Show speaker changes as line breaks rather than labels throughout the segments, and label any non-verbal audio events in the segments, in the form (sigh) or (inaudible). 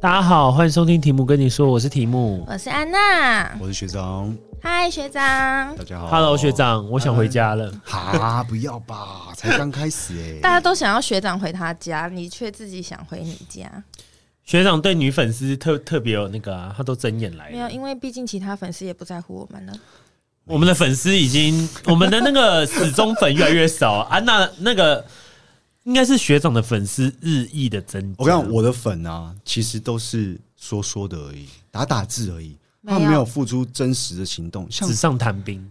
大家好，欢迎收听题目跟你说，我是题目。
我是安娜，
我是学长，
嗨，学长，
大家好。
Hello，学。长，我想回家了。
哈，不要
(laughs)
吧，才刚开始哎、
大家都想要学长回他家，你却自己想回你家，
学长对女粉丝特特别有那个、啊，他都睁眼
哎
来
没有，
了。
因为毕竟其他粉丝也不在乎我们了。
我们的粉丝已经， (laughs) 我们的那个死忠粉越来越少。安娜那个应该是学长的粉丝日益的增加。
我跟你讲，我的粉啊，其实都是说说的而已，打打字而已，
没
他
有
们没有付出真实的行动。像
纸上谈兵，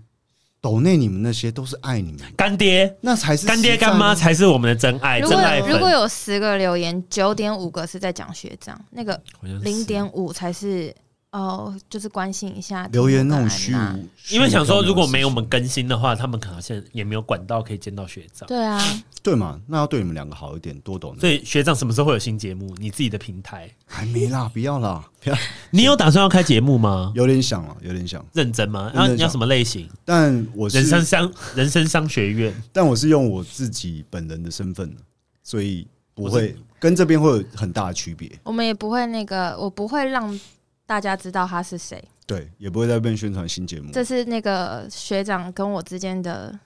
抖内你们那些都是爱你们，
干爹、
那才是
干爹、
实啊在
干妈才是我们的真爱，
哎
如
真
果
爱粉
如。果有十个留言，九点五个是在讲学长，那个
好像是
零点五才是哦，就是关心一下
留言那种
题
虚
目跟安娜
无。
因为想说，如果没有我
虚无缥缈的
们更新的话，他们可能现在也没有管道可以见到学长。
对啊，
事情对嘛，那要对你们两个好一点，多抖内。
所以学长什么时候会有新节目？你自己的平台，
还没啦，不要啦，不要，
你有打算要开节目吗？
有点想了，有点想。
认真吗？
认
啊，
真
你要
想
什么类型？
但我
人生
是，
商人生商学院，
但我是用我自己本人的身份，啊所以不
我
会跟这边会有很大的区别。
我们也不会那个，我不会让大家知道他是谁，
对，也不会在那边宣传新节目。
这是那个学长跟我之间的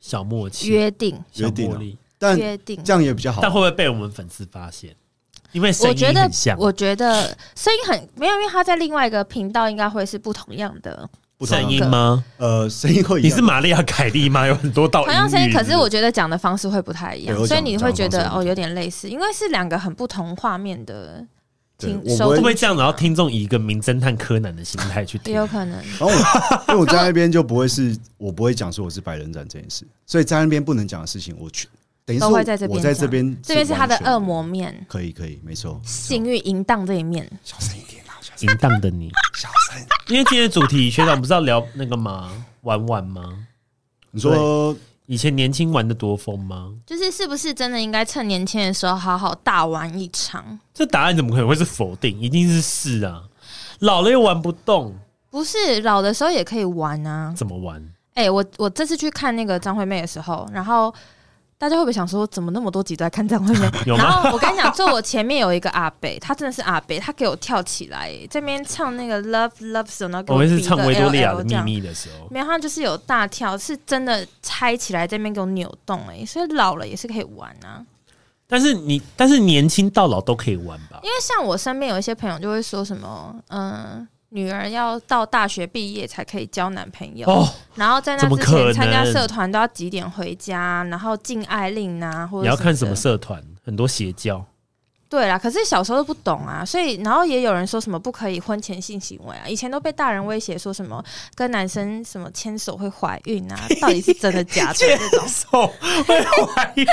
小默契，
约定，
小
约定
茉
啊
莉，
但
约定。
这样也比较好啊
但。会不会被我们粉丝发现？因为声
我
音
觉得
很像，，
我觉得声音很没有，因为他在另外一个频道应该会是不同样的，
不同啊
声音吗？
呃，声音会一
你
样
是玛利亚凯莉吗？有很多道
同样声
哦英
音，
语
可是我觉得讲的方式会不太一
对
样，
我
所以
讲
你会觉
讲的
得
方式
哦有点类似，因为是两个很不同画面的
对
听
我
收
不
会不
听
会这样？然后听众以一个名侦探柯南的心态去
也
听
有，可能。
然后我因为我在那边就不会是，我不会讲说我是百人斩这件事，所以在那边不能讲的事情，我去等于是
都会在这边
我在这边，
这边是他的
完全
恶。魔面，
可以可以，没错。
性欲淫荡这一面。
小声一点啊，小声
淫荡的你。
小声。
因为今天的主题，学长不是要聊那个吗？玩玩吗？
你说
以前年轻玩的多疯吗？
就是是不是真的应该趁年轻的时候好好大玩一场？
这答案怎么可能会是否定？一定是是啊，老了又玩不动，
不是老的时候也可以玩啊！
怎么玩？
哎、我我这次去看那个张惠妹的时候，然后大家会不会想说，怎么那么多集都在看张惠妹？
有吗
然后我跟你讲，坐我前面有一个阿北，他真的是阿北，他给我跳起来，这边唱那个 Love Love Song，然后给
我们
比
是
一个
唱《维多利亚的
LL 这
秘
样。
密》的时候，
没有，他就是有大跳，是真的拆起来这边给我扭动哎、所以老了也是可以玩啊。
但是你，但是年轻到老都可以玩吧？
因为像我身边有一些朋友就会说什么，嗯、女儿要到大学毕业才可以交男朋友，
哦，
然后在那
怎么
之
可能
前参加社团都要几点回家，然后禁爱令啊，或者
你要看什么
的
社团，很多邪教，
对啦，可是小时候都不懂啊，所以然后也有人说什么不可以婚前性行为啊，以前都被大人威胁说什么跟男生什么牵手会怀
(laughs)
孕啊，到底是真的假的这种？
手会怀孕。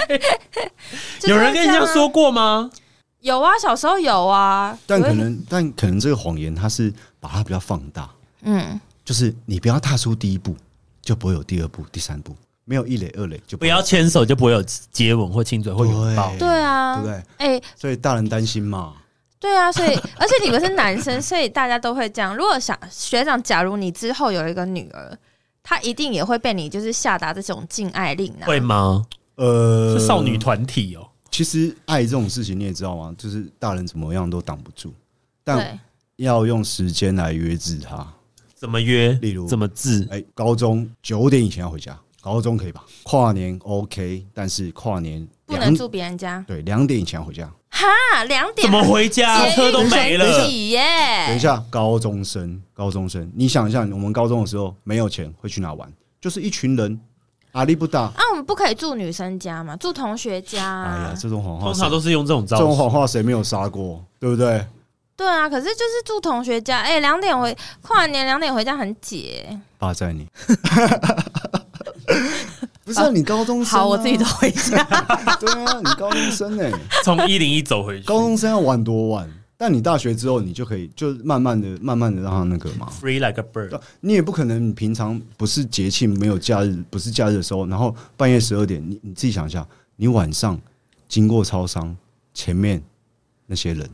(laughs) 就
(laughs)
是
有
会
人跟你
这
这样
啊
说过吗？
有啊，小时候有啊，
但
有一
可能，但可能这个谎言，它是把它比较放大，
嗯，
就是你不要踏出第一步，就不会有第二步、第三步，没有一垒、二垒就
不要
对
牵手就不会有接吻或亲嘴或拥抱。
对啊，
对不对？
哎、
所以大人担心嘛，
对啊，所以 (laughs) 而且你们是男生，所以大家都会这样。如果想学长，假如你之后有一个女儿，她一定也会被你就是下达这种禁爱令啊。
会吗？
呃，
是少女团体哦、
其实爱这种事情你也知道吗？就是大人怎么样都挡不住，但
对，
要用时间来约制它。
怎么约？
例如
怎么治？
哎、高中九点以前要回家，高中可以吧？跨年 OK，但是跨年
不
两
能住别人家
对两点以前要回家。
哈，啊两点
怎么回家？
捷运
车都没
整
了。
体耶？
等一下，高中生，高中生，你想一下，我们高中的时候没有钱会去哪玩？就是一群人，阿力不大。
啊，我们不可以住女生家嘛，住同学家、
哎呀
啊。，
这种谎话
通
谁，
常都是用这种
这
招
种谎
数。
话谁没有杀过？对
(laughs)
不对？
对啊，可是就是住同学家，哎、两点回跨年两点回家很解。
霸占你。不是、啊、你高中生、啊，
好，我自己都回家。
对啊，你高中生哎、
从一零一走回去
高中生要玩多玩，但你大学之后你就可以，就是慢慢的、慢慢的让他那个嘛。
，free like a bird。
你也不可能，你平常不是节庆、没有假日、不是假日的时候，然后半夜十二点，你你自己想一下，你晚上经过超商前面那些人，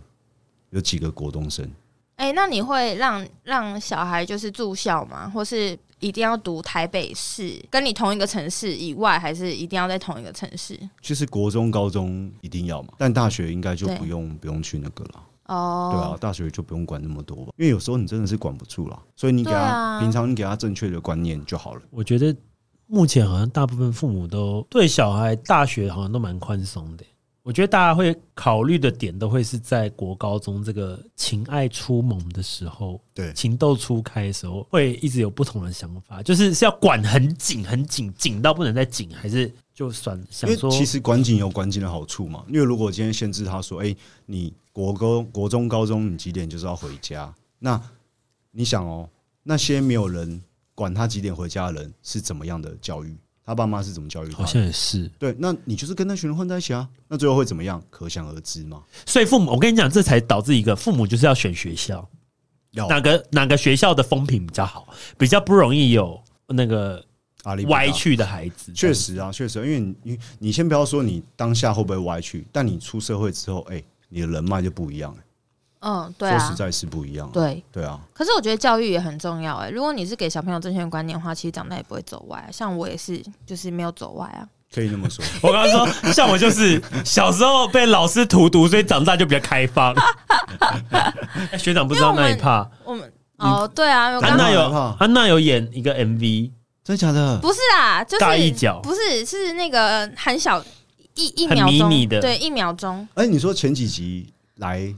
有几个国中生？
哎、那你会让让小孩就是住校吗？或是一定要读台北市，跟你同一个城市以外，还是一定要在同一个城市？
就是国中、高中一定要嘛，但大学应该就
对
不用不用去那个了。
哦，
对啊，大学就不用管那么多吧，因为有时候你真的是管不住啦，所以你给他、
对啊
平常你给他正确的观念就好了。
我觉得目前好像大部分父母都对小孩大学好像都蛮宽松的。我觉得大家会考虑的点都会是在国高中这个情爱初萌的时候，
对
情窦初开的时候，会一直有不同的想法，就是是要管很紧很紧，紧到不能再紧，还是就算了
因
想
为
说，
其实管紧有管紧的好处嘛，因为如果今天限制他说，哎、你国高、国中、高中你几点就是要回家，那你想哦，那些没有人管他几点回家的人是怎么样的教育？他爸妈是怎么教育他
好
的？
像也是。
对，那你就是跟那群人混在一起啊，那最后会怎么样？可想而知嘛。
所以父母，我跟你讲，这才导致一个父母就是要选学校，
要
哪个哪个学校的风评比较好，比较不容易有那个
阿里不达
歪去的孩子。
确实啊，确实，因为你你你先不要说你当下会不会歪曲，但你出社会之后，哎、你的人脉就不一样、哎
嗯，对
说实
啊，
在是不一样、啊。
对。
对啊，
可是我觉得教育也很重要哎、如果你是给小朋友正确的观念的话，其实长大也不会走歪、啊。像我也是，就是没有走歪啊。
可以那么说。
我刚刚说，像我就是小时候被老师荼毒，所以长大就比较开
(laughs)
放。哎学长不知道那一趴，
我们哦，对啊，
安
我刚
娜有
哪一趴
安娜有演一个 MV，
真的假的？
不是啦，就是
尬一脚
不是是那个很小一一
很
秒
迷
钟
你的
对，一秒钟，
哎、你说前几集来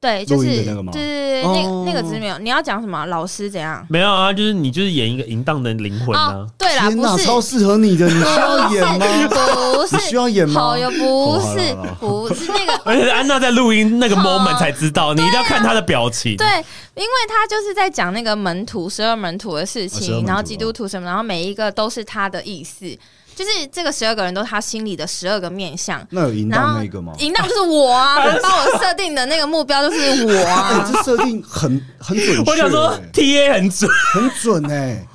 对，就
录音
是
的那个吗
对对对，那个、
哦
那个只是没有。你要讲什么？老师怎样？
没有啊，就是你就是演一个淫荡的灵魂啊
哦，。对啦，
天
不是
超适合你
(laughs)
的，你需要演吗？
不
你
是
需要演吗
好？哟，不
好
是
好好
不是那个
而且是安娜在录音那个
哦
moment 才知道，你一定要看她的表情。
对，因为他就是在讲那个门徒十二门徒的事
哦十二
情，
门徒
然后基督徒什么，然后每一个都是他的意思，就是这个十二个人都是他心里的十二个面相。
那有淫
然
荡
后
那个吗？
淫荡就是我
(laughs)
啊，我把我设定的那个目标就是我
哎、 (laughs)
啊。
这设定很很准确、
我想说
哎
T A 很准，
很准哎、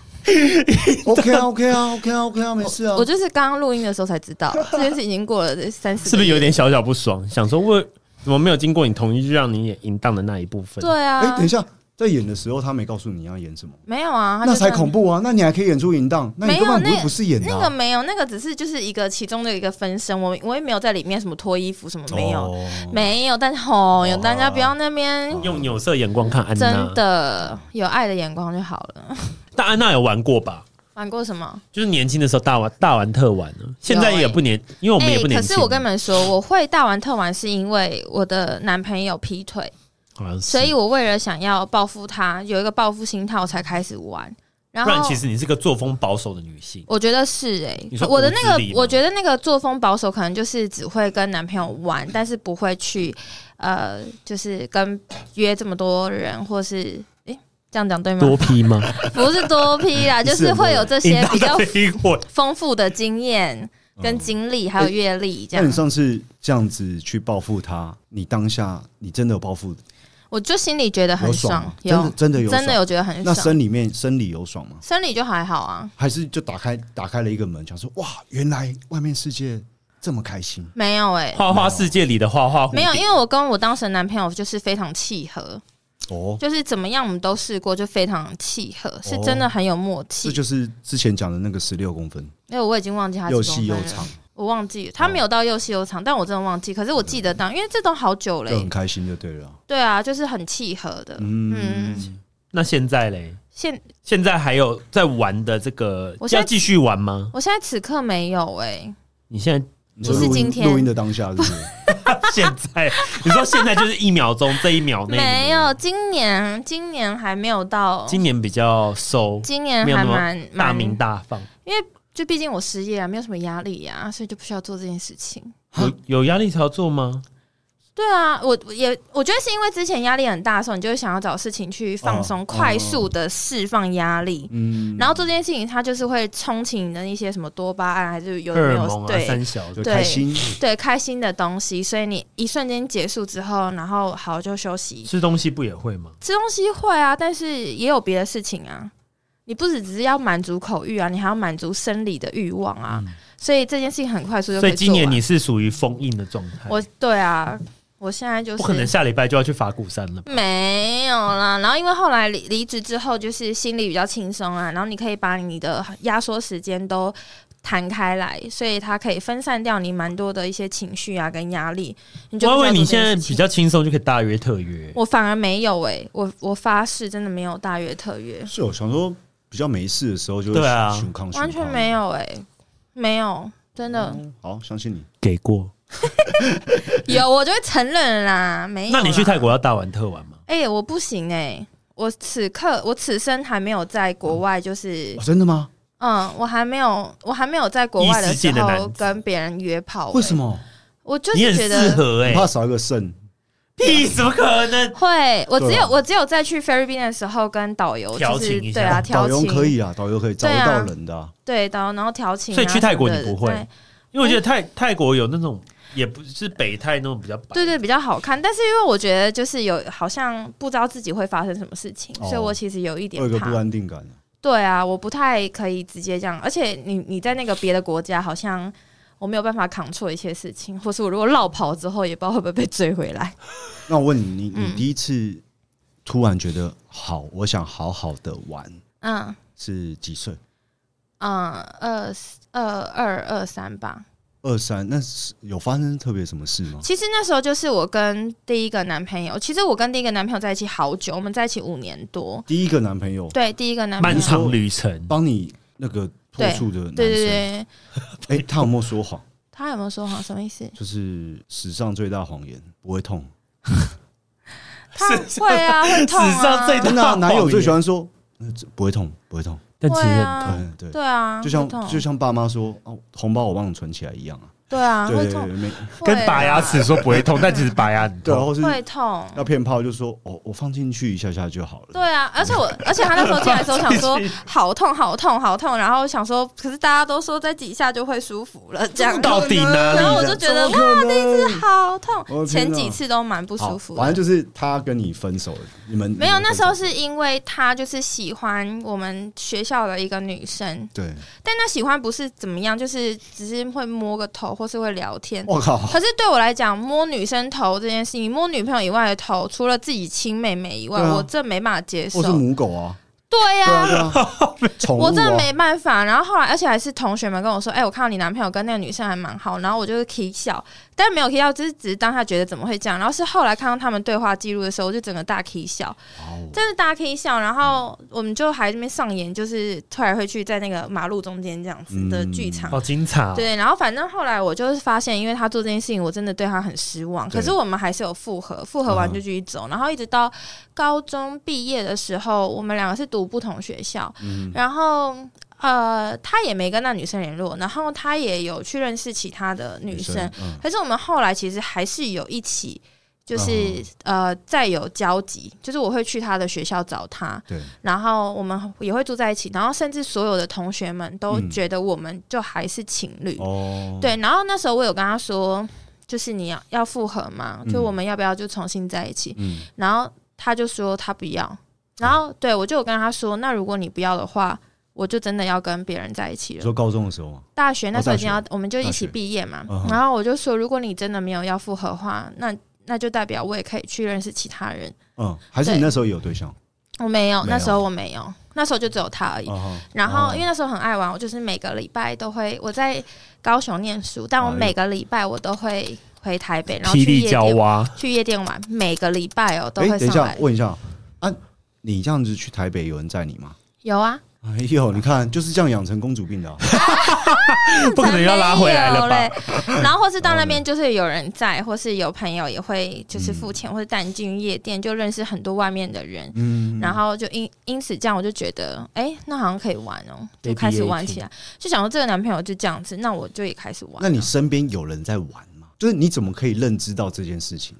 OK 啊，OK 啊，OK 啊，OK 啊，没事啊。
我就是刚刚录音的时候才知
(laughs)
道，这件事已经过了三四，
是不是有？点小小不爽？想说为怎么没有经过你同意就让你演淫荡的那一部分？
对
哎、
啊
等一，下，在演的时候他没告诉你要演什么，
没有啊，他
那
就
才
这样
恐怖啊！那你还可以演出淫荡，那你
没
根
有
本不
那
是不是演的
那
啊、
个没有，那个只是就是一个其中的一个分身，我我也没有在里面什么脱衣服什么没有，
哦
没有，但吼，有
哦
大家不要那边
用有色眼光看安娜
真，的有爱的眼光就好了。 (laughs)
但安娜有玩过吧？
玩过什么？
就是年轻的时候大玩大玩特玩呢，现在也不年，因为我们也不年
哎可
轻。
是我跟你们说，我会大玩特玩是因为我的男朋友劈腿，
好像是
所以我为了想要报复他，有一个报复心态，我才开始玩。然
不然
后
其实你是个作风保守的女性，
我觉得是哎、
你说
我的
骨
那
子里
个，
吗
我觉得那个作风保守，可能就是只会跟男朋友玩，但是不会去呃，就是跟约这么多人，或是诶、这样讲对吗？
批吗？
不是多
(laughs)
批啦，就是会有这
淫
些比较
荡的灵魂，
丰富的经验、跟经历，还有阅历这
那你
样。
上次这样子去报复他，你当下你真的有报复，
我就心里觉得很
有爽
爽
吗，
有
真的真的有
真的
爽
有觉得很
那
爽。
生里面生理有爽吗？
生理就还好啊，
还是就打开打开了一个门，想说哇，原来外面世界这么开心。
没有哎、
花花世界里的花花蝴蝶
没有，因为我跟我当时的男朋友就是非常契合，
哦，
就是怎么样我们都试过，就非常契合，是真的很有默契
这。就是之前讲的那个十六公分，
因为我已经忘记他几
又
公分
细又
了
长，哦
我忘记了他没有到又细又长，但我真的忘记。可是我记得当，因为这都好久了
就
欸、
很开心就嗯对了啊。
对啊，就是很契合的。
嗯，
嗯，
那现在嘞？
现
现在还有在玩的这个
我，现在
要继续玩吗？
我现在此刻没有哎、
你现在 (laughs)
你说
不是
录音
今天
录音的当下是不
(laughs)
是？
现在，你说现在就是一秒
(laughs)
钟，这一秒内
没，有，今年今年还没有到，
今年比较收，
今年
没有
还
那么
蛮
大
蛮，
名大放，
就毕竟我失业啊，没有什么压力啊，所以就不需要做这件事情。
有有压力才要做吗？
对啊，我我也我觉得是因为之前压力很大的时候，你就会想要找事情去放松，
哦
快速的释放压力。
嗯，
然后做这件事情，它就是会冲起你的一些什么多巴胺，还是有
荷尔
没有、
蒙啊，
对
三小，
就
对
开心，
对开心的东西，所以你一瞬间结束之后，然后好就休息，
吃东西不也会吗？
吃东西会啊，但是也有别的事情啊。你不只只是要满足口欲啊，你还要满足生理的欲望啊，所以这件事情很快速就
嗯
可
所
以
以
做完。
今年你是属于封印的状态，
我对啊，我现在就是
不可能下礼拜就要去法鼓山了吧。
没有啦。然后因为后来离离职之后，就是心里比较轻松啊，然后你可以把你的压缩时间都弹开来，所以它可以分散掉你蛮多的一些情绪啊跟压力。你就
我以
不需
为
要
你
做这
现在
件事
比
情
较轻松，就可以大约特约。
我反而没有诶、我我发誓真的没有大约特约，
是我哦想说比较没事的时候就会
对啊
熊康，
完全没
有。
有诶、没有，真的、
嗯
好，相信你。
给过。
有我就会承认啦，没有啦。
那你去泰国要大玩特玩吗？
哎、我不行哎、我此刻我此生还没有在国外，就是
哦，真的吗？
嗯，我还没有我还没有在国外的
异世
时
界的男
候
子
跟别人约炮、
为什
么？
么？
啊我就
你很
是觉
适
得。
合哎、
你怕少一个肾？
屁，怎么可能？
会，我只
对
有
啊
我只有在去菲律宾的时候跟导游
调
就
情
是
一下
对啊，
导
调
游
情
可以啊，导游可以找得
对啊
到人的啊。
对导游，然后调情啊什
所
么
以
的。
去泰国你不会
对
因为我觉得泰泰国有那种，也不是北泰那种比较白。
对对，比较好看。但是因为我觉得就是有好像不知道自己会发生什么事情，
哦
所以我其实有一
会
点
有一个不
怕。
安定感。
对啊，我不太可以直接这样，而且你你在那个别的国家好像。我没有办法扛错一些事情，或是我如果绕跑之后，也不知道会不会被追回来。
那我问你，你
嗯
你第一次突然觉得好，我想好好的玩
嗯
是几岁？
嗯，二二二二三吧。
二三？那是有发生特别什么事吗？
其实那时候就是我跟第一个男朋友，其实我跟第一个男朋友在一起好久，我们在一起五年多。
第一个男朋友
对，第一个男朋友
漫，长旅程，
帮你那个破处的男
对对
生，
对，
哎，他有没有说谎？
他有没有说谎？什么意思？
就是史上最大谎言，不会痛。
他会啊，会痛
史上
啊，
最大
真的啊，
谎言
男友最喜欢说，呃这不会痛，不会痛。
但其实
对
很
啊
痛。
对对，
对啊，
就
会痛
像就像爸妈说，哦，红包我帮你存起来一样啊。
对啊，
对
会
对对，
痛，
没
会啊
跟拔牙齿说不会痛，但其实拔牙很
对啊，然
痛。
后是
会痛，
要骗炮就说，哦，我放进去一下下就好了。
对啊，而且我，
(laughs)
而且他那时候进来的时候想说好痛好痛好痛，然后想说，可是大家都说在几下就会舒服了，这样，
到底哪里
然后我就觉得
怎么可能
好痛，
我的天
前
哪
几次都蛮不舒
好
服的，
反正就是他跟你分手了，你们
没有，那时候是
你
因为他就是喜欢我们学校的一个女生，
们分手
但那喜欢不是怎么样，就是只是会摸个头或是会聊天
对，。我靠，
可是对我来讲，摸女生头这件事情，摸女朋友以外的头，除了自己亲妹妹以外，
对啊
我真没办法接受
我。是母狗啊，
对
对
呀、
啊对啊，
(laughs)
宠物
我真的
啊，
没办法。然后后来，而且还是同学们跟我说：“哎、我看到你男朋友跟那个女生还蛮好。”然后我就是 k 笑，但没有 k 笑，就是只是当下觉得怎么会这样。然后是后来看到他们对话记录的时候，我就整个大 k 笑。
哦
真的大家可以笑，然后我们就还在那边上演，就是推来推去在那个马路中间这样子的剧场。
好精彩哦！
对，然后反正后来我就是发现，因为他做这件事情，我真的对他很失望。
对嗯
可是我们还是有复合，复合完就继续走，然后一直到高中毕业的时候，我们两个是读不同学校，
嗯
然后呃，他也没跟那女生联络，然后他也有去认识其他的女生，，
嗯，
可是我们后来其实还是有一起，就是、
嗯
呃再有交集，就是我会去他的学校找他，
对，
然后我们也会住在一起，然后甚至所有的同学们都
嗯
觉得我们就还是情侣，
哦，
嗯对。然后那时候我有跟他说，就是你要要复合嘛，
嗯
就我们要不要就重新在一起？
嗯，
然后他就说他不要，然后对我就有跟他说，那如果你不要的话。我就真的要跟别人在一起
你
了。
说高中的时候嘛，
大学那时候已经
哦
要，我们就一
大
起
学
毕业嘛
嗯。哼
然后我就说，如果你真的没有要复合的话，那那就代表我也可以去认识其他人。
嗯，还是你
对
那时候也有对象，
我没有，
没有
那时候我没有，那时候就只有他而已。
哦
然后，因为
为
那时候很爱玩，我就是每个礼拜都会我在高雄念书，但我
哎呦
每个礼拜我都会回台北，然后
霹
去
雳
夜
娇
店
娃，
去夜店玩，每个礼拜哦都
哎，
会
等一
上
下
来。
问一下啊，你这样子去台北有人载你吗？
有啊，
哎呦，你看就是这样养成公主病
(laughs)
的啊，
不可能要拉回来了吧？
才 (laughs) 没有嘞？然后或是到那边就是有人在，或是有朋友也会就是付钱，或是带你进夜店，就认识很多外面的人。
嗯，
然后就因因此这样，我就觉得，哎、那好像可以玩哦、就
Baby
开始玩起
嗯
来，就想说这个男朋友就这样子，那我就也开始玩。
那你身边有人在玩吗？就是你怎么可以认知到这件事情？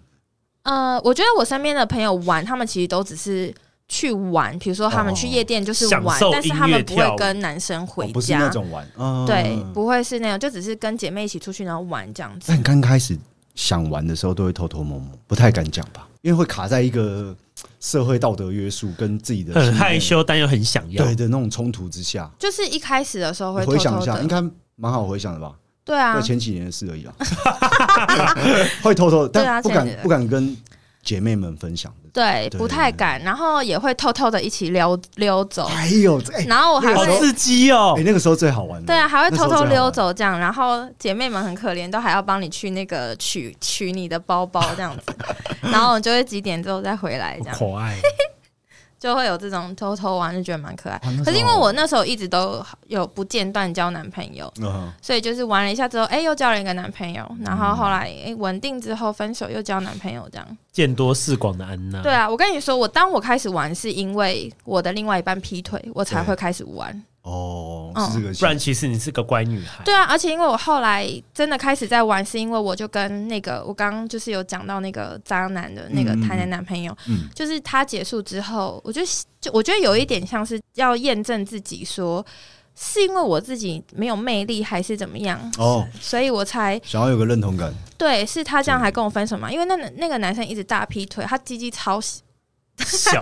呃，我觉得我身边的朋友玩，他们其实都只是去玩，比如说他们去夜店就是
享
玩，
受
但是
音
他
乐
们不
跳
会
舞
跟男生
哦
回
不是
家，
那种玩，嗯哎
对，不会是那种，就只是跟姐妹一起出去然后玩这样子
那。你刚开始想玩的时候，都会偷偷摸摸，不太敢讲吧？
嗯
因为会卡在一个嘖社会道德约束跟自己的
很
心里面
害羞，但又很想要。
对的那种冲突之下。
就是一开始的时候会
你
偷
回想
偷
一下，应
的，
该蛮好回想的吧？
对啊
啊 (laughs) 在，前几年的事而已啦。会偷偷，
对啊
但不
前几
敢
年
不敢跟姐妹们分享的。
对，
对
不太敢，然后也会偷偷的一起溜溜走，
还有这哎
然后我还
好
会
刺激哦
哎，！那个时候最好玩的。
对啊，还会偷
那时候
偷
最好
溜
玩
走这样，然后姐妹们很可怜，都还要帮你去那个取取你的包包这样子，
(laughs)
然后我就会几点之后再回来这样，
可爱，
就会有这种偷偷玩，就觉得蛮可爱
啊
哇那时。候
可是因为我那时候一直都有不间断交男朋友，
嗯，
所以就是玩了一下之后，哎、又交了一个男朋友，然后后来哎稳、定之后分手，又交男朋友这样。
见多识广的安娜。
嗯
对啊，我跟你说，我当我开始玩是因为我的另外一半劈腿，我才
对
会开始玩。
哦，
嗯
是这个
不然其实你是个乖女孩。
对啊，而且因为我后来真的开始在玩，是因为我就跟那个我刚刚就是有讲到那个渣男的那个
嗯嗯嗯
台南男朋友，
嗯
就是他结束之后，我就就我觉得有一点像是要验证自己说。是因为我自己没有魅力，还是怎么样？
哦，
所以我才
想要有个认同感，
对，是他这样还跟我分手嘛？因为那那个男生一直大劈腿，他鸡鸡超小，
小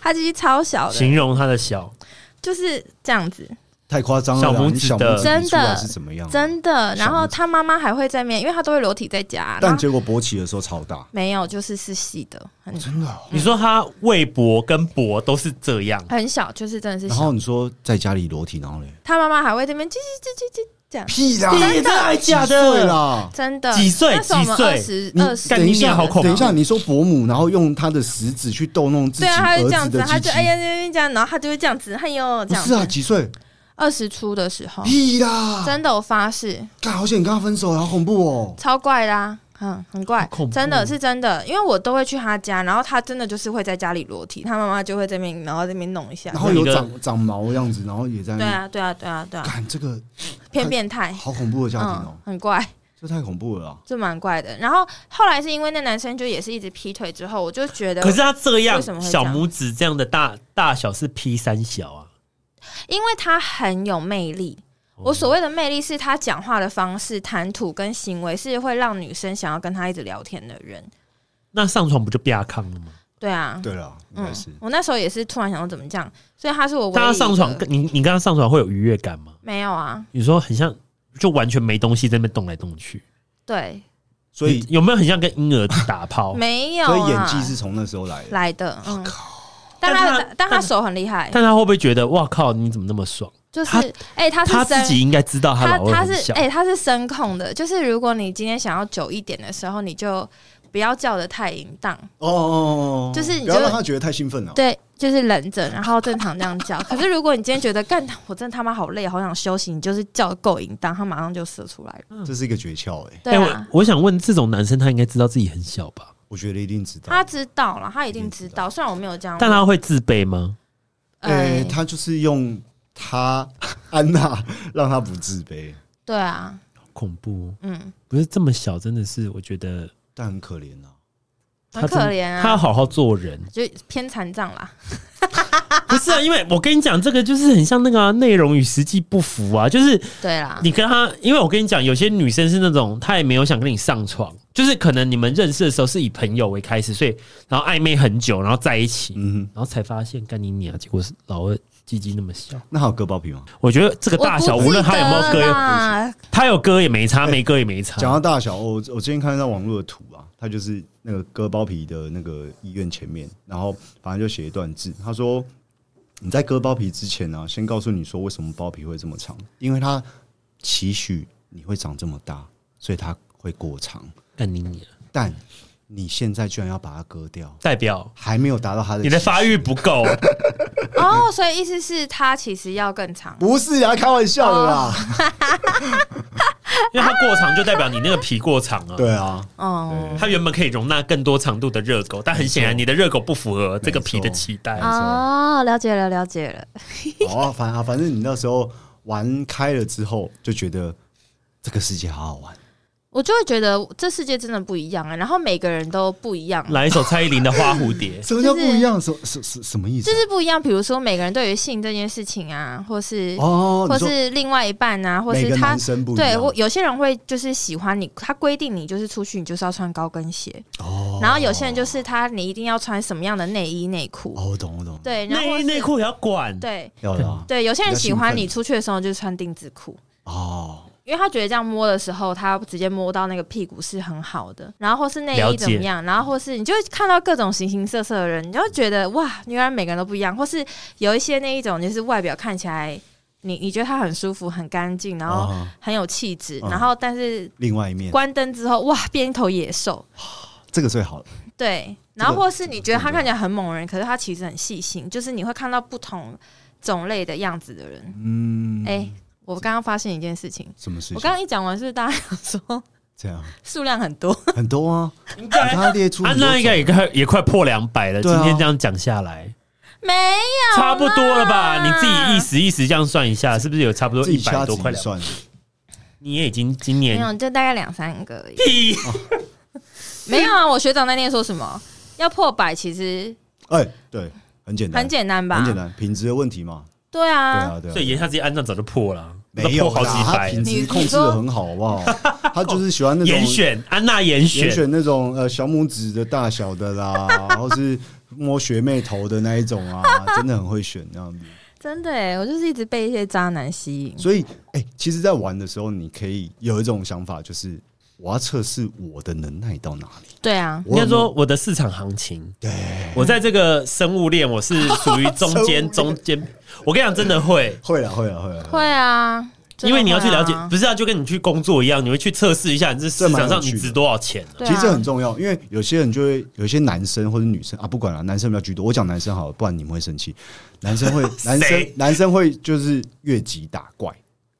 他鸡鸡超小的，
形容她的小，
就是这样子，
太夸张了啦。
小拇指
你想
的
不出
真的
来是怎么样？
真的。然
想
后
不
他妈妈还会在面，因为他都会裸体在家，然
但
后
结果勃起的时候超大，
没有，就是是细的，很
真的哦。
你说她魏博跟博都是这样，
很小，就是真的是
然
小
后。你说在家里裸体，然后嘞，
他妈妈还会在面叽叽叽叽叽这样，
屁啦
真的这还哎假的
对啦。
真的。
几岁
那时候我
几
们
岁
二十
你
二十，
干
等一
你娘
下，
好恐怖
等一下，你说伯母，然后用她的食指去逗弄自己
对啊，他
儿
就这样
子
子，
的
他
鸡
就
鸡，
哎呀哎呀这样，然后他就会这样子，哎呦这
不
样
是啊，
子。
几岁？
二十出的时候，
屁啊啦！
真的我发誓，
干，好险，你跟他分手，好恐怖哦！
超怪啦、嗯，很怪
好恐，怖
真的是真的，因为我都会去他家，然后他真的就是会在家里裸体，他妈妈就会这边，然后这边弄一下
然，后嗯
那
有
你的
长长毛的样子，然后也在那
对啊，对啊，对啊，对啊，
干这个
偏变态，
好恐怖的家庭哦
嗯，，很怪，
这太恐怖了啊！
就蛮怪的。然后后来是因为那男生就也是一直劈腿之后，我就觉得，
可是她这样
为什么会这
小
样
拇指这样的大大小是 P 三小啊，
因为他很有魅力。
哦
我所谓的魅力是他讲话的方式、谈吐跟行为是会让女生想要跟他一直聊天的人。
那上床不就变康了吗？
对啊，
对了，应该
嗯
是，
我那时候也是突然想到怎么讲，所以他是我唯一
大家上
一
床
个，
你你跟她上床会有愉悦感吗？
没有啊，
你说很像，就完全没东西在那边动来动去，
对，
所以
你有没有很像跟婴儿打炮？
没有、啊，
哦所以演技是哦从那时候来的。
来的，嗯。
但
但他
他
的但他手很厉害，
但她会不会觉得哇靠，你怎么那么爽？
就是
他
哎、他是
她
声
自己应该知道她
他
老二
他
很
是
小
哎、，他是声控的，就是如果你今天想要久一点的时候，你就不要叫的太淫荡，
哦哦哦哦，
就是你
不要
就
让他觉得太兴奋了。
对，就是忍着，然后正常这样叫。可是如果你今天觉得干，我真的他妈好累，好想休息，你就是叫得够淫荡，他马上就射出来了。
这是一个诀窍哎，
对
哎
啊，
我我想问，这种男生他应该知道自己很小吧？
我觉得一定知道。
他知道了，他一定知道。虽然我没有这样问，
但他会自卑吗？
哎，
哎
他就是用他安娜让他不自卑，
对啊，
好恐怖哦，
嗯，
不是这么小，真的是我觉得
但很可怜啊。
他
很
真的
可怜啊
他要好好做人。
就偏残障啦。
不啊是啊，因为我跟你讲，这个就是很像那个啊内、容与实际不符啊，就是
对啦，
你跟他，因为我跟你讲，有些女生是那种她也没有想跟你上床，就是可能你们认识的时候是以朋友为开始，所以然后暧昧很久，然后在一起，
嗯
然后才发现干你娘，结果是老二鸡鸡那么小。
哼，那还有割包皮吗？
我觉得这个
我
大小，
不记
无论他有没有
得
割，
啦
他有割也没差，没割也没差。
讲到大小，我我今天看到网络的图啊，他就是那个割包皮的那个医院前面，然后反正就写一段字，他说你在割包皮之前呢、啊，先告诉你说为什么包皮会这么长，因为他期许你会长这么大，所以它会过长，
干你娘，
但你现在居然要把它割掉，
代表
还没有达到他的
你的发
育。
育不
(laughs)
够。
哦，所以意思是他其实要更长。
不是啊，开玩笑的啦。
啊因为它过长就代表你那个皮过长啊。
对啊，
哦
它原本可以容纳更多长度的热狗，但很显然你的热狗不符合这个皮的期待。
哦，了解了，了解了。
(laughs) 哦，反啊，反正你那时候玩开了之后，就觉得这个世界好好玩。
我就会觉得这世界真的不一样啊、然后每个人都不一样，
来一首蔡依林的《花蝴蝶》
什么叫不一样？什什什什么意思
就
啊？
是不一样。比如说，每个人对于性这件事情啊，或是、
哦，
或
你说
是另外一半啊，或
每
是
个
他
男生不一
对
样
我有些人会就是喜欢你，他规定你就是出去你就是要穿高跟鞋，
哦
然后有些人就是他你一定要穿什么样的内衣内裤，
哦，我懂我懂，
(laughs) 对，然后或
内
是
衣内裤也要管。
对
要了啊
对，有些人
比较
喜欢
兴奋
你出去的时候就穿丁字裤，
哦，
因为他觉得这样摸的时候，他直接摸到那个屁股是很好的，然后或是内
了
衣
解
怎么样，然后或是你就会看到各种形形色色的人，你就会觉得哇，原来每个人都不一样，或是有一些那一种就是外表看起来你你觉得他很舒服、很干净，然后
啊，
很有气质，
嗯
然后但是
另外一面，
关灯之后哇，变一头野兽，
这个最好了。
对，然后或是你觉得他看起来很猛人，可是他其实很细心，就是你会看到不同种类的样子的人。
嗯，
哎、我刚刚发现一件事情，
什么事
我
情
刚？刚一讲完，是不是大家想说
这样
数量很多？
很多
(laughs)
啊，你看他列出
安
很多
啊娜应该也快也快破两百了，今
对啊
天这样讲下来，
(laughs) 没有，
差不多了吧？你自己意。思意思这样算一下，是不是有差不多
自己
一百
掐
多
指
块
一
两
算，
你也已经今
没
年
嗯
有，就大概两三个
(laughs)
而已。
屁
没有啊，我学长那天说什么要破百，其实
哎，对，很简单，
很简单吧？
很简。单，品质的问题嘛。
对
对
啊，
啊，对啊
所以
对啊。
言下之意，安娜早就破了，啊
没有
都破好
啦
几
他
百
品
了。
你
质控制的很好，好不好？他就是喜
(laughs)
欢那种
严选安娜严
严
选，
选那种呃小拇指的大小的啦， (laughs) 然后是摸学妹头的那一种啊， (laughs) 真的很会选那样子。
真的哎，我就是一直被一些渣男吸引。
所以，哎、其实，在玩的时候，你可以有一种想法，就是我要测试我的能耐到哪里。
对啊，
应
我有
该
没有
说，我的市场行情，
对，
我在这个生物链，我是属于中间
(laughs) 生物
中间。我跟你讲，真的会，
会了，会了，会了，
会啊，真的
因为你要去了解
会啊，
不是啊，就跟你去工作一样，你会去测试一下你这市场上你值多少钱啊
对啊
其实这很重要，因为有些人就会，有些男生或者女生啊，不管了，男生比较居多。我讲男生好了，不然你们会生气。男生会，男生，男生会就是越级打怪，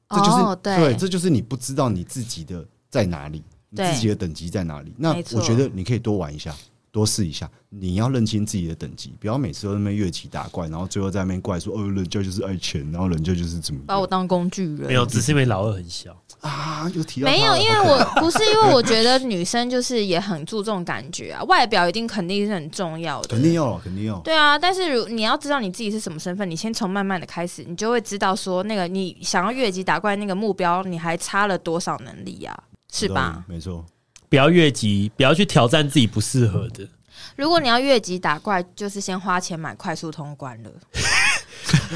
这就是、
哦
对，这就是你不知道你自己的在哪里，你
对
自己的等级在哪里。那
没错
我觉得你可以多玩一下，多试一下。你要认清自己的等级，不要每次都在那边越级打怪，然后最后在那边怪说哦，人家就是爱钱，然后人家就是怎么
把我
样
当工具人。
没有，只是因为老二很小，
啊？又提到他
没有，
了
因为
OK
我不是因为我觉得女生就是也很注重感觉啊，外表一定肯定是很重要的，
肯定要了，肯定要。
对啊。但是如你要知道你自己是什么身份，你先从慢慢的开始，你就会知道说那个你想要越级打怪那个目标，你还差了多少能力啊，是吧？
没错，
不要越级，不要去挑战自己不适合的。
如果你要越级打怪，就是先花钱买快速通关了。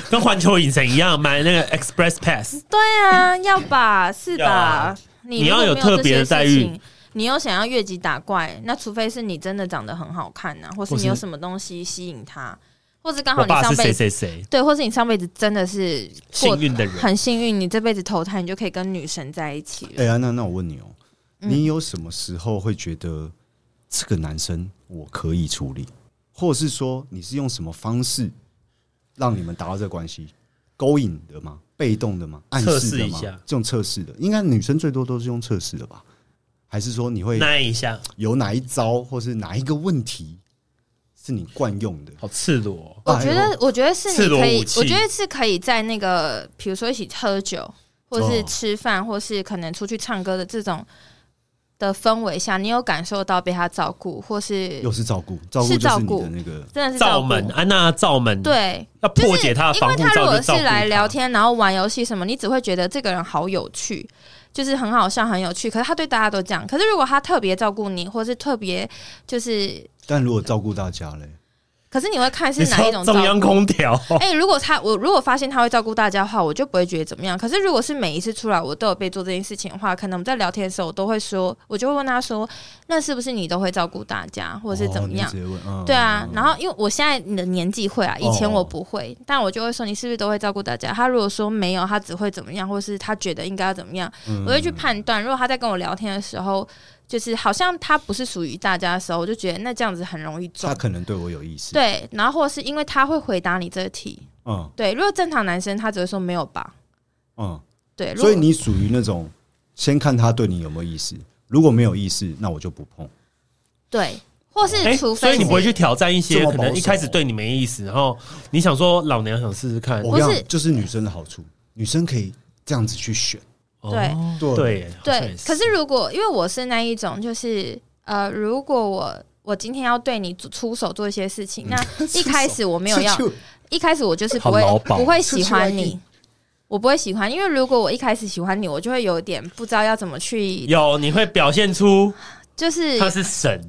跟环球影城一样，买
(laughs)
那个 Express Pass，
对啊，要
(laughs)
吧，是
要
吧
啊？
你
你
如
要
果
有
没有
特
这
别
些
的待
事
遇
情，你又想要越级打怪，那除非是你真的长得很好看呐、或是
或
你
是
有什么东西吸引他，或是刚好
我
你
爸
上
是谁
辈子
谁谁，
对，或是你上辈子真的是过
幸运的人。
很幸运，你这辈子投胎你就可以跟女神在一起了。
哎、呀，那那我问你哦、
嗯
你有什么时候会觉得这个男生我可以处理，或者是说你是用什么方式让你们达到这个关系？勾引的吗？被动的吗？暗
测
示
试
的
一
吗
下？
这种测试的，应该女生最多都是用测试的吧？还是说你会
那一下，
有哪一招，或是哪一个问题是你惯用的？
好赤裸哦、
我觉
哎
得，我觉得是
赤
你
裸
可以
武，器
我觉得是可以在那个，比如说一起喝酒，或是
哦
吃饭，或是可能出去唱歌的这种的氛围下，你有感受到被他照顾，或是
又是照顾，照顾
是
就
照
是你
顾
的那个
真的是照
罩
顾
门，安娜罩门，，
对，
要破解他的
因
防
为
护
他如
罩，
果
就是照顾
来
他
聊，天，然后玩游戏什么，你只会觉得这个人好有趣，就是很好笑、很有趣。可是他对大家都这样。可是如果他特别照顾你，或是特别就是，
但如果照顾大家嘞，
可是你会看是
你
哪一
说
种照
中央
顾。
空调，
哦
哎、如果他我如果发现他会照顾大家的话，我就不会觉得怎么样。可是如果是每一次出来我都有被做这件事情的话，可能我们在聊天的时候，我都会说，我就会问他说，那是不是你都会照顾大家，或者是怎
哦
么
你
样？
直接问，嗯
对啊
嗯，嗯
然后因为我现在你的年纪会啊，以前
哦
我不会，但我就会说你是不是都会照顾大家？他如果说没有，他只会怎么样，或是他觉得应该要怎么样，
嗯
我会去判断。如果他在跟我聊天的时候，就是好像他不是属于大家的时候，我就觉得那这样子很容易中
他。可能对我有意思，
对，然后或是因为他会回答你这个题，
嗯
对，如果正常男生他只会说没有吧，
嗯。
对，如果
所以你属于那种先看他对你有没有意思，如果没有意思，那我就不碰。
对，或是
哎，
除
所
非
以你不会去挑战一些
这么
可
保守
能一开始对你没意思，然后你想说老娘想试试看，
我
不
跟
是
你讲，就是女生的好处，女生可以这样子去选。
对
哦
对
对好像
对
也，是
可是如果因为我是那一种，就是呃，如果我我今天要对你做出手做一些事
(laughs)
情，那一开始我没有要，
就
一开始我就是
好
不
老
会
鸨
不会喜欢
出去外
你
地，
我不会喜欢，因为如果我一开始喜欢你，我就会有点不知道要怎么去，
有你会表现出
就是
他是神，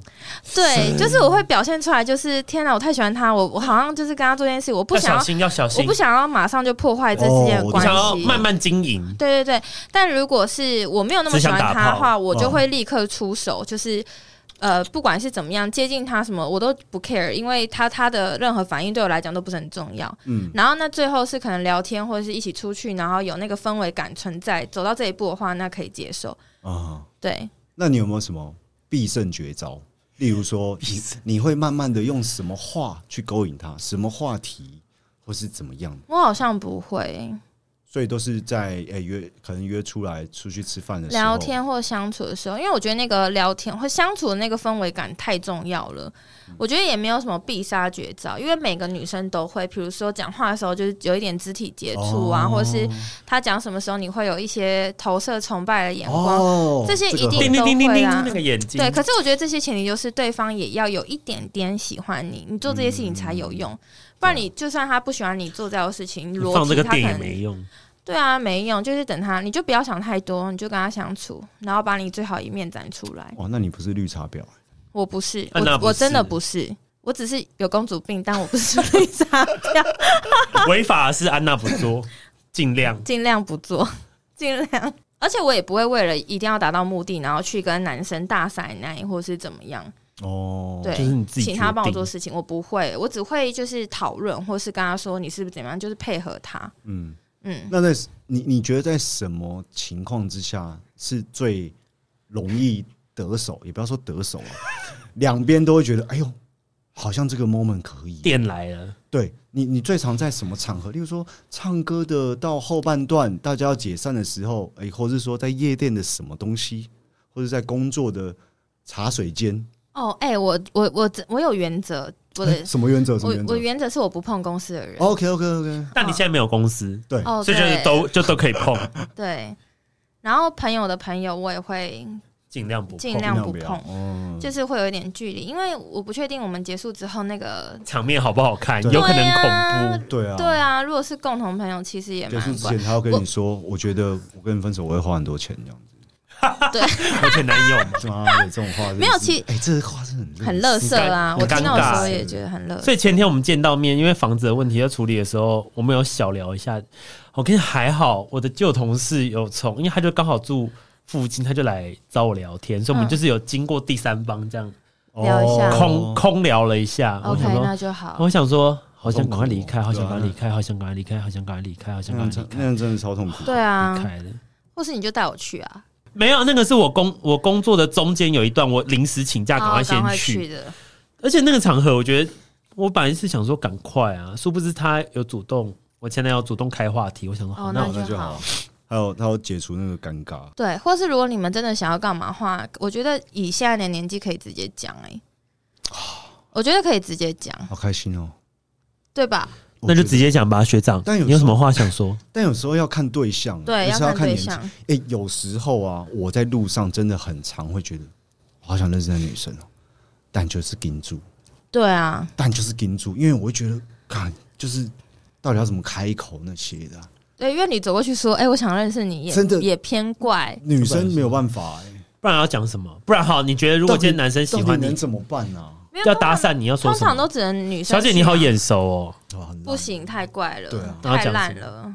对，就是我会表现出来，就是天哪，我太喜欢他，我我好像就是跟他做这件事，我不
要
想
小
要，
心，要小
我
心，
不想要马上就破坏这之间
哦
的
我
我
关系，
想要慢慢经营。
对对对，但如果是我没有那么喜欢
只想
他
打炮嗯
的话，我就会立刻出手，就是呃，不管是怎么样接近他什么，我都不 care，因为他他的任何反应对我来讲都不是很重要。
嗯，
然后那最后是可能聊天或者是一起出去，然后有那个氛围感存在，走到这一步的话，那可以接受。
啊，
对，
那你有没有什么必胜绝招？例如说，你你会慢慢的用什么话去勾引他，什么话题，或是怎么样的？
我好像不会
所以都是在呃、约，可能约出来出去吃饭的时候
聊，天或相处的时候，因为我觉得那个聊天或相处的那个氛围感太重要了。
嗯
我觉得也没有什么必杀绝招，因为每个女生都会，比如说讲话的时候就是有一点肢体接触啊，
哦
或者是她讲什么时候你会有一些投射崇拜的眼光，
哦，
这些一
个
定
很
叮叮叮叮
都会
叮，
啊
那个眼睛。
对，可是我觉得这些前提就是对方也要有一点点喜欢你，你做这些事情才有用。不然你就算他不喜欢你做这样的事情，
你嗯
逻
放这
辑
个
他可
电也
能
没用，
对啊没用，就是等他，你就不要想太多，你就跟他相处，然后把你最好一面展出来。
哦哇，那你不是绿茶婊、欸
我不是，
安娜
我
啊不
我真的
是
不是，我只是有公主病，但我不是 (laughs) 绿茶婊，
违法的事安娜不
(laughs)
做，尽量。
尽量不做，尽量。而且我也不会为了一定要达到目的，然后去跟男生大撒奶或是怎么样。
哦，
对，
就是你自己
请
决
他帮我
定
做事情，我不会，我只会就是讨论，或是跟他说你是不是怎么样，就是配合他。
嗯，
嗯，
那在你你觉得在什么情况之下是最容易得手？也不要说得手啊，两边都会觉得，哎呦，好像这个 moment 可以。
电来了，
对你，你最常在什么场合？例如说唱歌的到后半段，大家要解散的时候，哎、或是说在夜店的什么东西，或者在工作的茶水间，
哦，哎、我我我我有原则，我的、
哎什么原则？什么
我
原则
我原则是我不碰公司的人。
？OK OK OK，
但你现在没有公司，
对，
哦，
哦所以就是
对
都就都可以碰，
对。然后朋友的朋友，我也会
尽量不
尽
碰，
量
尽
不
要
碰，
哦，
就是会有一点距离，因为我不确定我们结束之后那个。
场面好不好看，
对
有可能
对啊
恐怖。
对啊，
对啊，如果是共同朋友，其实也
结束
蛮
之
怪
前，。他要跟你说，我觉得我跟你分手，我会花很多钱这样子。
而且难用。
妈的，这种话真的是
没有其
哎、这话是很
很乐色啊！
很
我
尴
听到的时
尬
候也觉得很乐色。
所以前天我们见到面，因为房子的问题要处理的时候，我们有小聊一下。我跟你还好，我的旧同事有从，因为他就刚好住附近，他就来找我聊天，所以我们
嗯
就是有经过第三方这样
哦
聊一下嗯
空空聊了一下。我
OK，
想说哦
那就好。
我想说，好想
痛苦
赶
哦
快离开，好想
对啊嗯
赶快离开，好想赶快离开，好想赶快离开，好想
那
赶
样
快
真
离
那
开，
样真的超痛苦。
对啊
嗯
离，开了。
或是你就带我去啊，
没有，那个是我工我工作的中间有一段，我临时请假，赶快
哦
先
去
去。
的。
而且那个场合，我觉得我本来是想说赶快啊，殊不知他有主动，我前男友主动开话题，我想说
哦
好，
那
那
那就好
好。
还有，他要解除那个尴尬。
对，或是如果你们真的想要干嘛的话，我觉得以现在的年纪可以直接讲哎、我觉得可以直接讲，
好开心哦！
对吧？
那就
我觉
直接讲吧，学长。
但有时候
你有什么话想说？
得，但有时候要看对象，啊
对，
也
要
是要
看
看
对
年纪。
象。
哎、有时候啊，我在路上真的很常会觉得，我好想认识那女生哦，但就是盯住，
对啊，
但就是盯住，因为我会觉得，看就是到底要怎么开口那些的啊、
对，因为你走过去说，哎、我想认识你也，
真的
也偏怪。
女生没有办法、哎，
不然要讲什么？不然好，你觉得如果今天男生喜
到
欢
底
你
能，怎么办呢、啊？
没有
要
通
搭
常
讪，你要说
通
什
常
么？
都只能女生。
小
啊
姐你好，眼熟哦，
哇很烂
不行，太怪了，
对啊
然后
太
讲
烂
什么
了。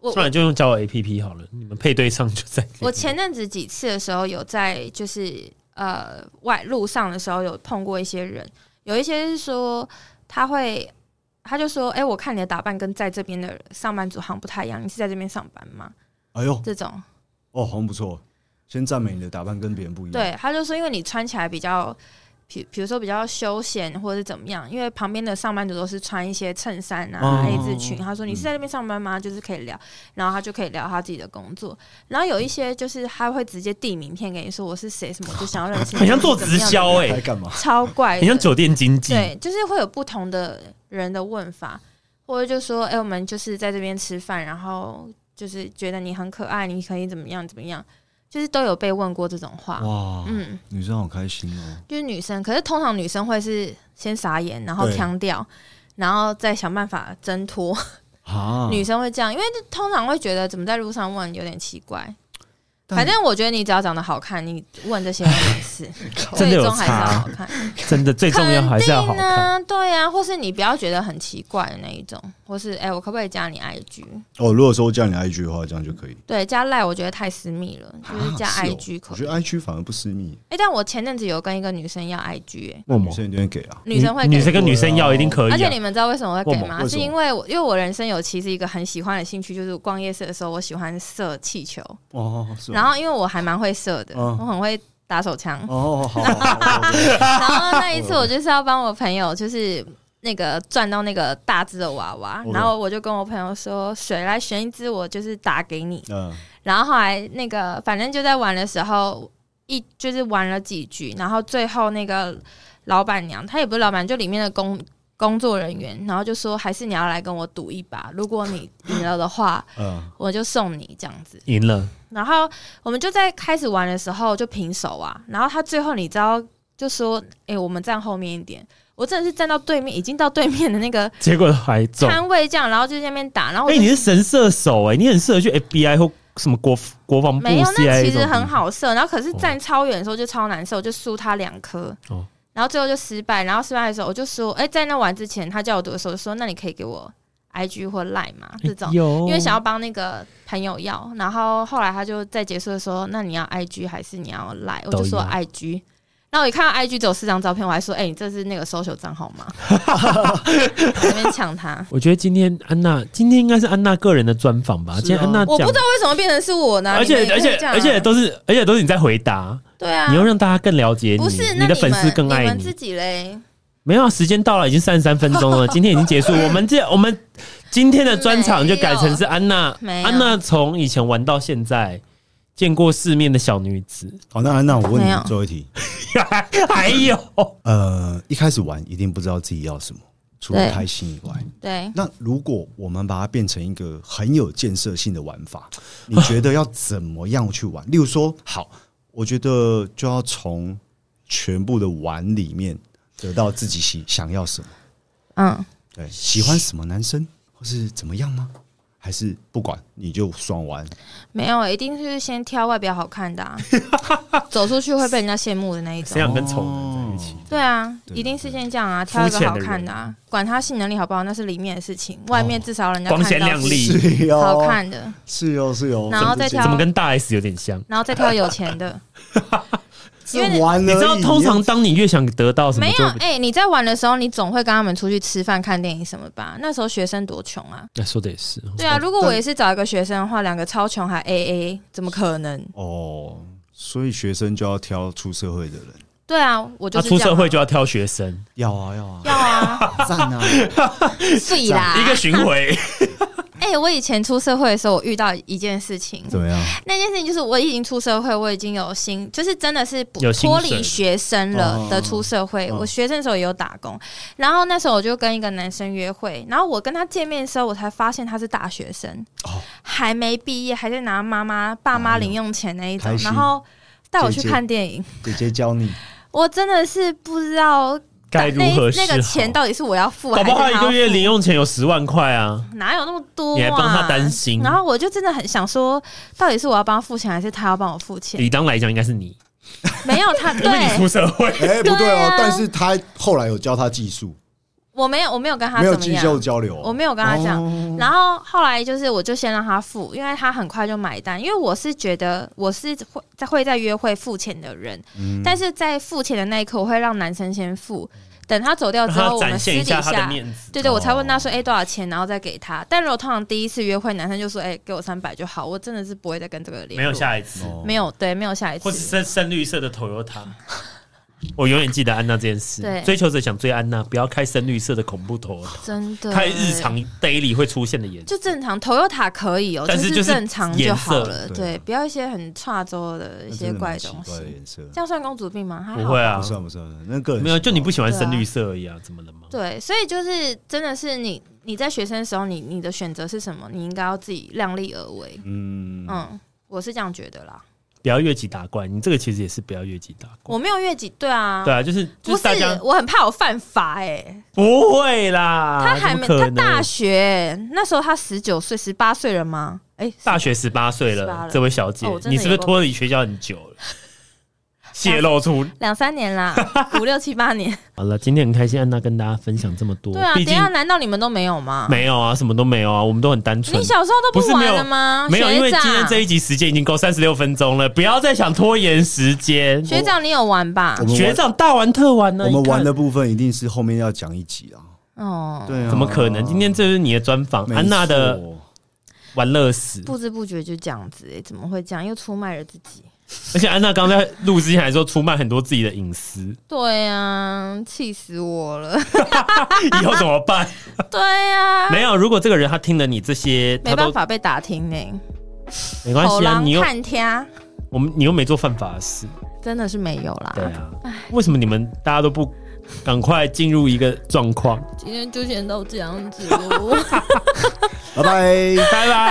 我
不然就用交友 A P P 好了，你们配对上就在。
我前阵子几次的时候，有在就是呃外路上的时候有碰过一些人，有一些是说他会，他就说，哎、我看你的打扮跟在这边的上班族好像不太一样，你是在这边上班吗？
哎呦，
这种，
哦，好像不错。先赞美你的打扮跟别人不
嗯
一样，，
对，他就说，因为你穿起来比较。比比如说比较休闲或者是怎么样，因为旁边的上班族都是穿一些衬衫啊、
哦
A 字裙。他说你是在那边上班吗？就是可以聊，然后他就可以聊他自己的工作。然后有一些就是他会直接递名片给你说我是谁什么，我就想要认识你。
(laughs) 很像做
我是怎么
直
样的
销哎、
该干嘛？
超怪的，
很像酒店经济。
对，就是会有不同的人的问法，或者就说，哎、我们就是在这边吃饭，然后就是觉得你很可爱，你可以怎么样怎么样，就是都有被问过这种话，
哇，
嗯，
女生好开心哦。
就是女生，可是通常女生会是先傻眼，然后
对
腔调。然后再想办法挣脱，
啊，
嗯
(laughs) 女生会这样，因为通常会觉得怎么在路上问有点奇怪，
但
反正我觉得你只要长得好看，你问这些都
(laughs)
没事，
真
最
的有
终还是要
差
好看。
真的最重要还是要好
肯定
看。
啊，对呀、啊，或是你不要觉得很奇怪的那一种，或是哎、我可不可以加你 IG？
哦，如果说我加你 IG 的话，这样就可以。
对，加赖我觉得太私密了，就是加
啊是哦
IG 可
我
以。
觉
哎、
得 IG 反而不私密，
但我前阵子有跟一个女生要 IG，、哎，
为什
女
么
生一定会给啊。
女生会给
女生跟女生要一定可以、啊，
而且你们知道为什么会给
为什
么
吗？
为什
是
么
因为我因为我人生有其实一个很喜欢的兴趣，就是逛夜市的时候，我喜欢射气球。
哦，是哦
然后因为我还蛮会射的，
嗯
我很会打手枪。
哦，好，好好好好
然后那一次我就是要帮我朋友，就是那个赚到那个大只的娃娃，
OK
然后我就跟我朋友说，水来选一只，我就是打给你。
嗯，
然后后来那个反正就在玩的时候，一就是玩了几局，然后最后那个老板娘，她也不是老板，就里面的工工作人员，然后就说还是你要来跟我赌一把，如果你赢了的话，
嗯，
我就送你这样子。
赢了，
然后我们就在开始玩的时候就平手啊，然后他最后你知道就说，诶，我们站后面一点。我真的是站到对面，已经到对面的那个
结果还中。
摊位这样，然后就在那边打，然后我
哎、
就
你是神射手哎、你很适合去 FBI 或什么国国防部
没有，那
CIA
其
这
实
种
很
地方。
好射，然后可是站超远的时候就超难受，就输他两颗，
哦
然后最后就失败，然后失败的时候我就说，哎、在那玩之前，他叫我读的时候就说，那你可以给我 IG 或 Line 嘛这种，
哎有，哦
因为想要帮那个朋友要，然后后来他就在结束的时候，那你要 IG 还是你要 Line？我就说
都一
IG。然后我一看到 IG 只有四张照片，我还说：“哎、你这是那个 social 账号
(laughs)
吗？”在那边抢他，
我觉得今天安娜，今天应该是安娜个人的专访吧。
是啊
今天安娜
哦我不
讲
知，道为什么变成是我呢？
而
你
且
们也
而
可以
且
这样啊
而且都是而且都是你在回答，
对啊，
你要让大家更了解
不
你，
是，那
你的粉丝
们
更
你
爱
们自
你。
己嘞，
没有啊，时间到了，已经三十三分钟
(laughs)
了，今天已经结束。我们这我们今天的专场就改成是安娜，
没有
安娜从以前玩到现在。见过世面的小女子，(laughs) 哎
(laughs)
好，那那我问
没有
你最后一题，
还有
哦
呃，一开始玩一定不知道自己要什么，除了
对
开心以外，
对，
那如果我们把它变成一个很有建设性的玩法，你觉得要怎么样去玩？例如说，好，我觉得就要从全部的玩里面得到自己喜想要什么，
嗯，
对，喜欢什么男生，或是怎么样吗？还是不管你就爽玩？
没有，一定是先挑外表好
(laughs)
看的、啊，走出去会被人家羡慕的那一
谁
种。
想跟丑男在一起？
对啊，
对
一定是先这样啊，挑一个好看的、啊，管他性能力好不好，那是里面的事情，外面至少人家
哦光鲜
看到
亮
是
丽，
是哦，
好，看的，
是哦，是哦，
然后再挑
怎么跟大 S 有点像？
然后再挑有钱的。
(laughs)
是玩
你
而已啊
知道，通常当你越想得到什么
没，
就
有，哎、你在玩的时候，你总会跟他们出去吃饭、看电影什么吧？那时候学生多穷啊！
哎说的也是，
对啊，
哦
如果我
但
也是找一个学生的话，两个超穷还 A A，怎么可能？
哦，所以学生就要挑出社会的人，
对啊，我
他
就是这
出
样啊、
社会就要挑学生，
要啊要啊，
要啊，
赞
(laughs)
啊！
对啦。
一个巡回。
哎、我以前出社会的时候，我遇到一件事情，
怎么样？
那件事情就是我已经出社会，我已经有薪，就是真的是不
有薪水
脱离学生了
哦
的出社会。
哦
我学生的时候也有打工，然后那时候我就跟一个男生约会，然后我跟他见面的时候，我才发现他是大学生，
哦
还没毕业，还在拿妈妈爸妈零用钱那一种
哦
开，心
然后带我去
姐姐
看电影，
姐姐教你，
我真的是不知道
该如
那
何是
那
好？
个钱到底是我要付，
搞
还
不
是
好
他
一
要
个月
付
零用钱有十万块啊！
哪有那么多、啊？
你还帮他担心
然后我就真的很想说，到底是我要帮他付钱，还是他要帮我付钱？
理当来讲应该是你，
没有
(laughs)
他，
因为你出
对
社会，
(laughs) 哎、不对
对
哦
啊。
但是他后来有教他技术，
我没有，我没有跟他
没有
怎么
技术
样，
交流哦、
我没有跟他讲。
哦
然后后来就是，我就先让他付，因为他很快就买单。因为我是觉得我是会在会在约会付钱的人，
嗯
但是在付钱的那一刻，我会让男生先付。等他走掉
让
之后，
他
我
展
们私
现一
底
下
下
他的面子。
对对，我才问
哦
他说：“哎、多少钱？”然后再给他。但如果通常第一次约会，男生就说：“哎、给我三百就好。”我真的是不会再跟这个联络。
没有下一次，
哦
没有对，没有下一
或是
次。
深深绿色的 Toyota。我永远记得安娜这件事
对。
追求者想追安娜，不要开深绿色的恐怖 Toyota，
真的
开日常 daily 会出现的颜色。
就正常，Toyota 可以哦、
但是就是是
正常就好了。
颜色对
啊
对，不要一些很差周的一
那
些
哎真的
怪
蛮奇
东
怪的
西。
颜色，
这样算公主病吗？还好
不会啊
不，算不算，那个人
没有，就你不
喜
喜欢深绿色而已啊，怎么了吗？
对，所以就是真的是你你在学生的时候，你你的选择是什么？你应该要自己量力而为。
欢，嗯，
嗯，我是这样觉得啦。
不要越级打怪，你这个其实也是不要越级打怪
我。没有越级，对啊，
对啊，就是就
不
是大家
是，我很怕我犯法哎、
不会啦，
他还没
啊怎么
他
可能
大学那时候他十九岁十八岁了吗？哎、哎，
大学十八岁
18
了，
了
这位小姐，
哦我真的
你是不是
有够
脱离学校很久了？泄露出
两三年啦，五六七八年。
(laughs) 好了，今天很开心，安娜跟大家分享这么多。
对啊，
毕
等
竟
一下难道你们都没有吗？
没有啊，什么都没有啊，我们都很单纯
你。小时候都
不是没有
玩了吗？
没有，因为
学
今天
长，
这一集时间已经够三十六分钟了，不要再想拖延时间。
学长你有玩吧
我？
我
们玩
学长大玩特玩呢，
我们玩的
的
部分一定是后面要讲一集啊。
哦，
对啊，
怎么可能？今天这是你的专访，
没
安娜的
错
玩乐死。
不知不觉就这样子、哎，怎么会这样？又出卖了自己。
而且安娜刚在录之前还说出卖很多自己的隐私， (laughs)
对啊，气死我了。
以后怎么办？
对啊，
没有，如果这个人他听了你这些，他
没
都
办法被打听呢、
没关
口
系啊，
狼
你又
看天，
我们你又没做犯法的事，
真的是没有啦。
对啊，为什么你们大家都不赶快进入一个状况？
(laughs) 今天就先到这样子喽。
拜拜。
拜拜。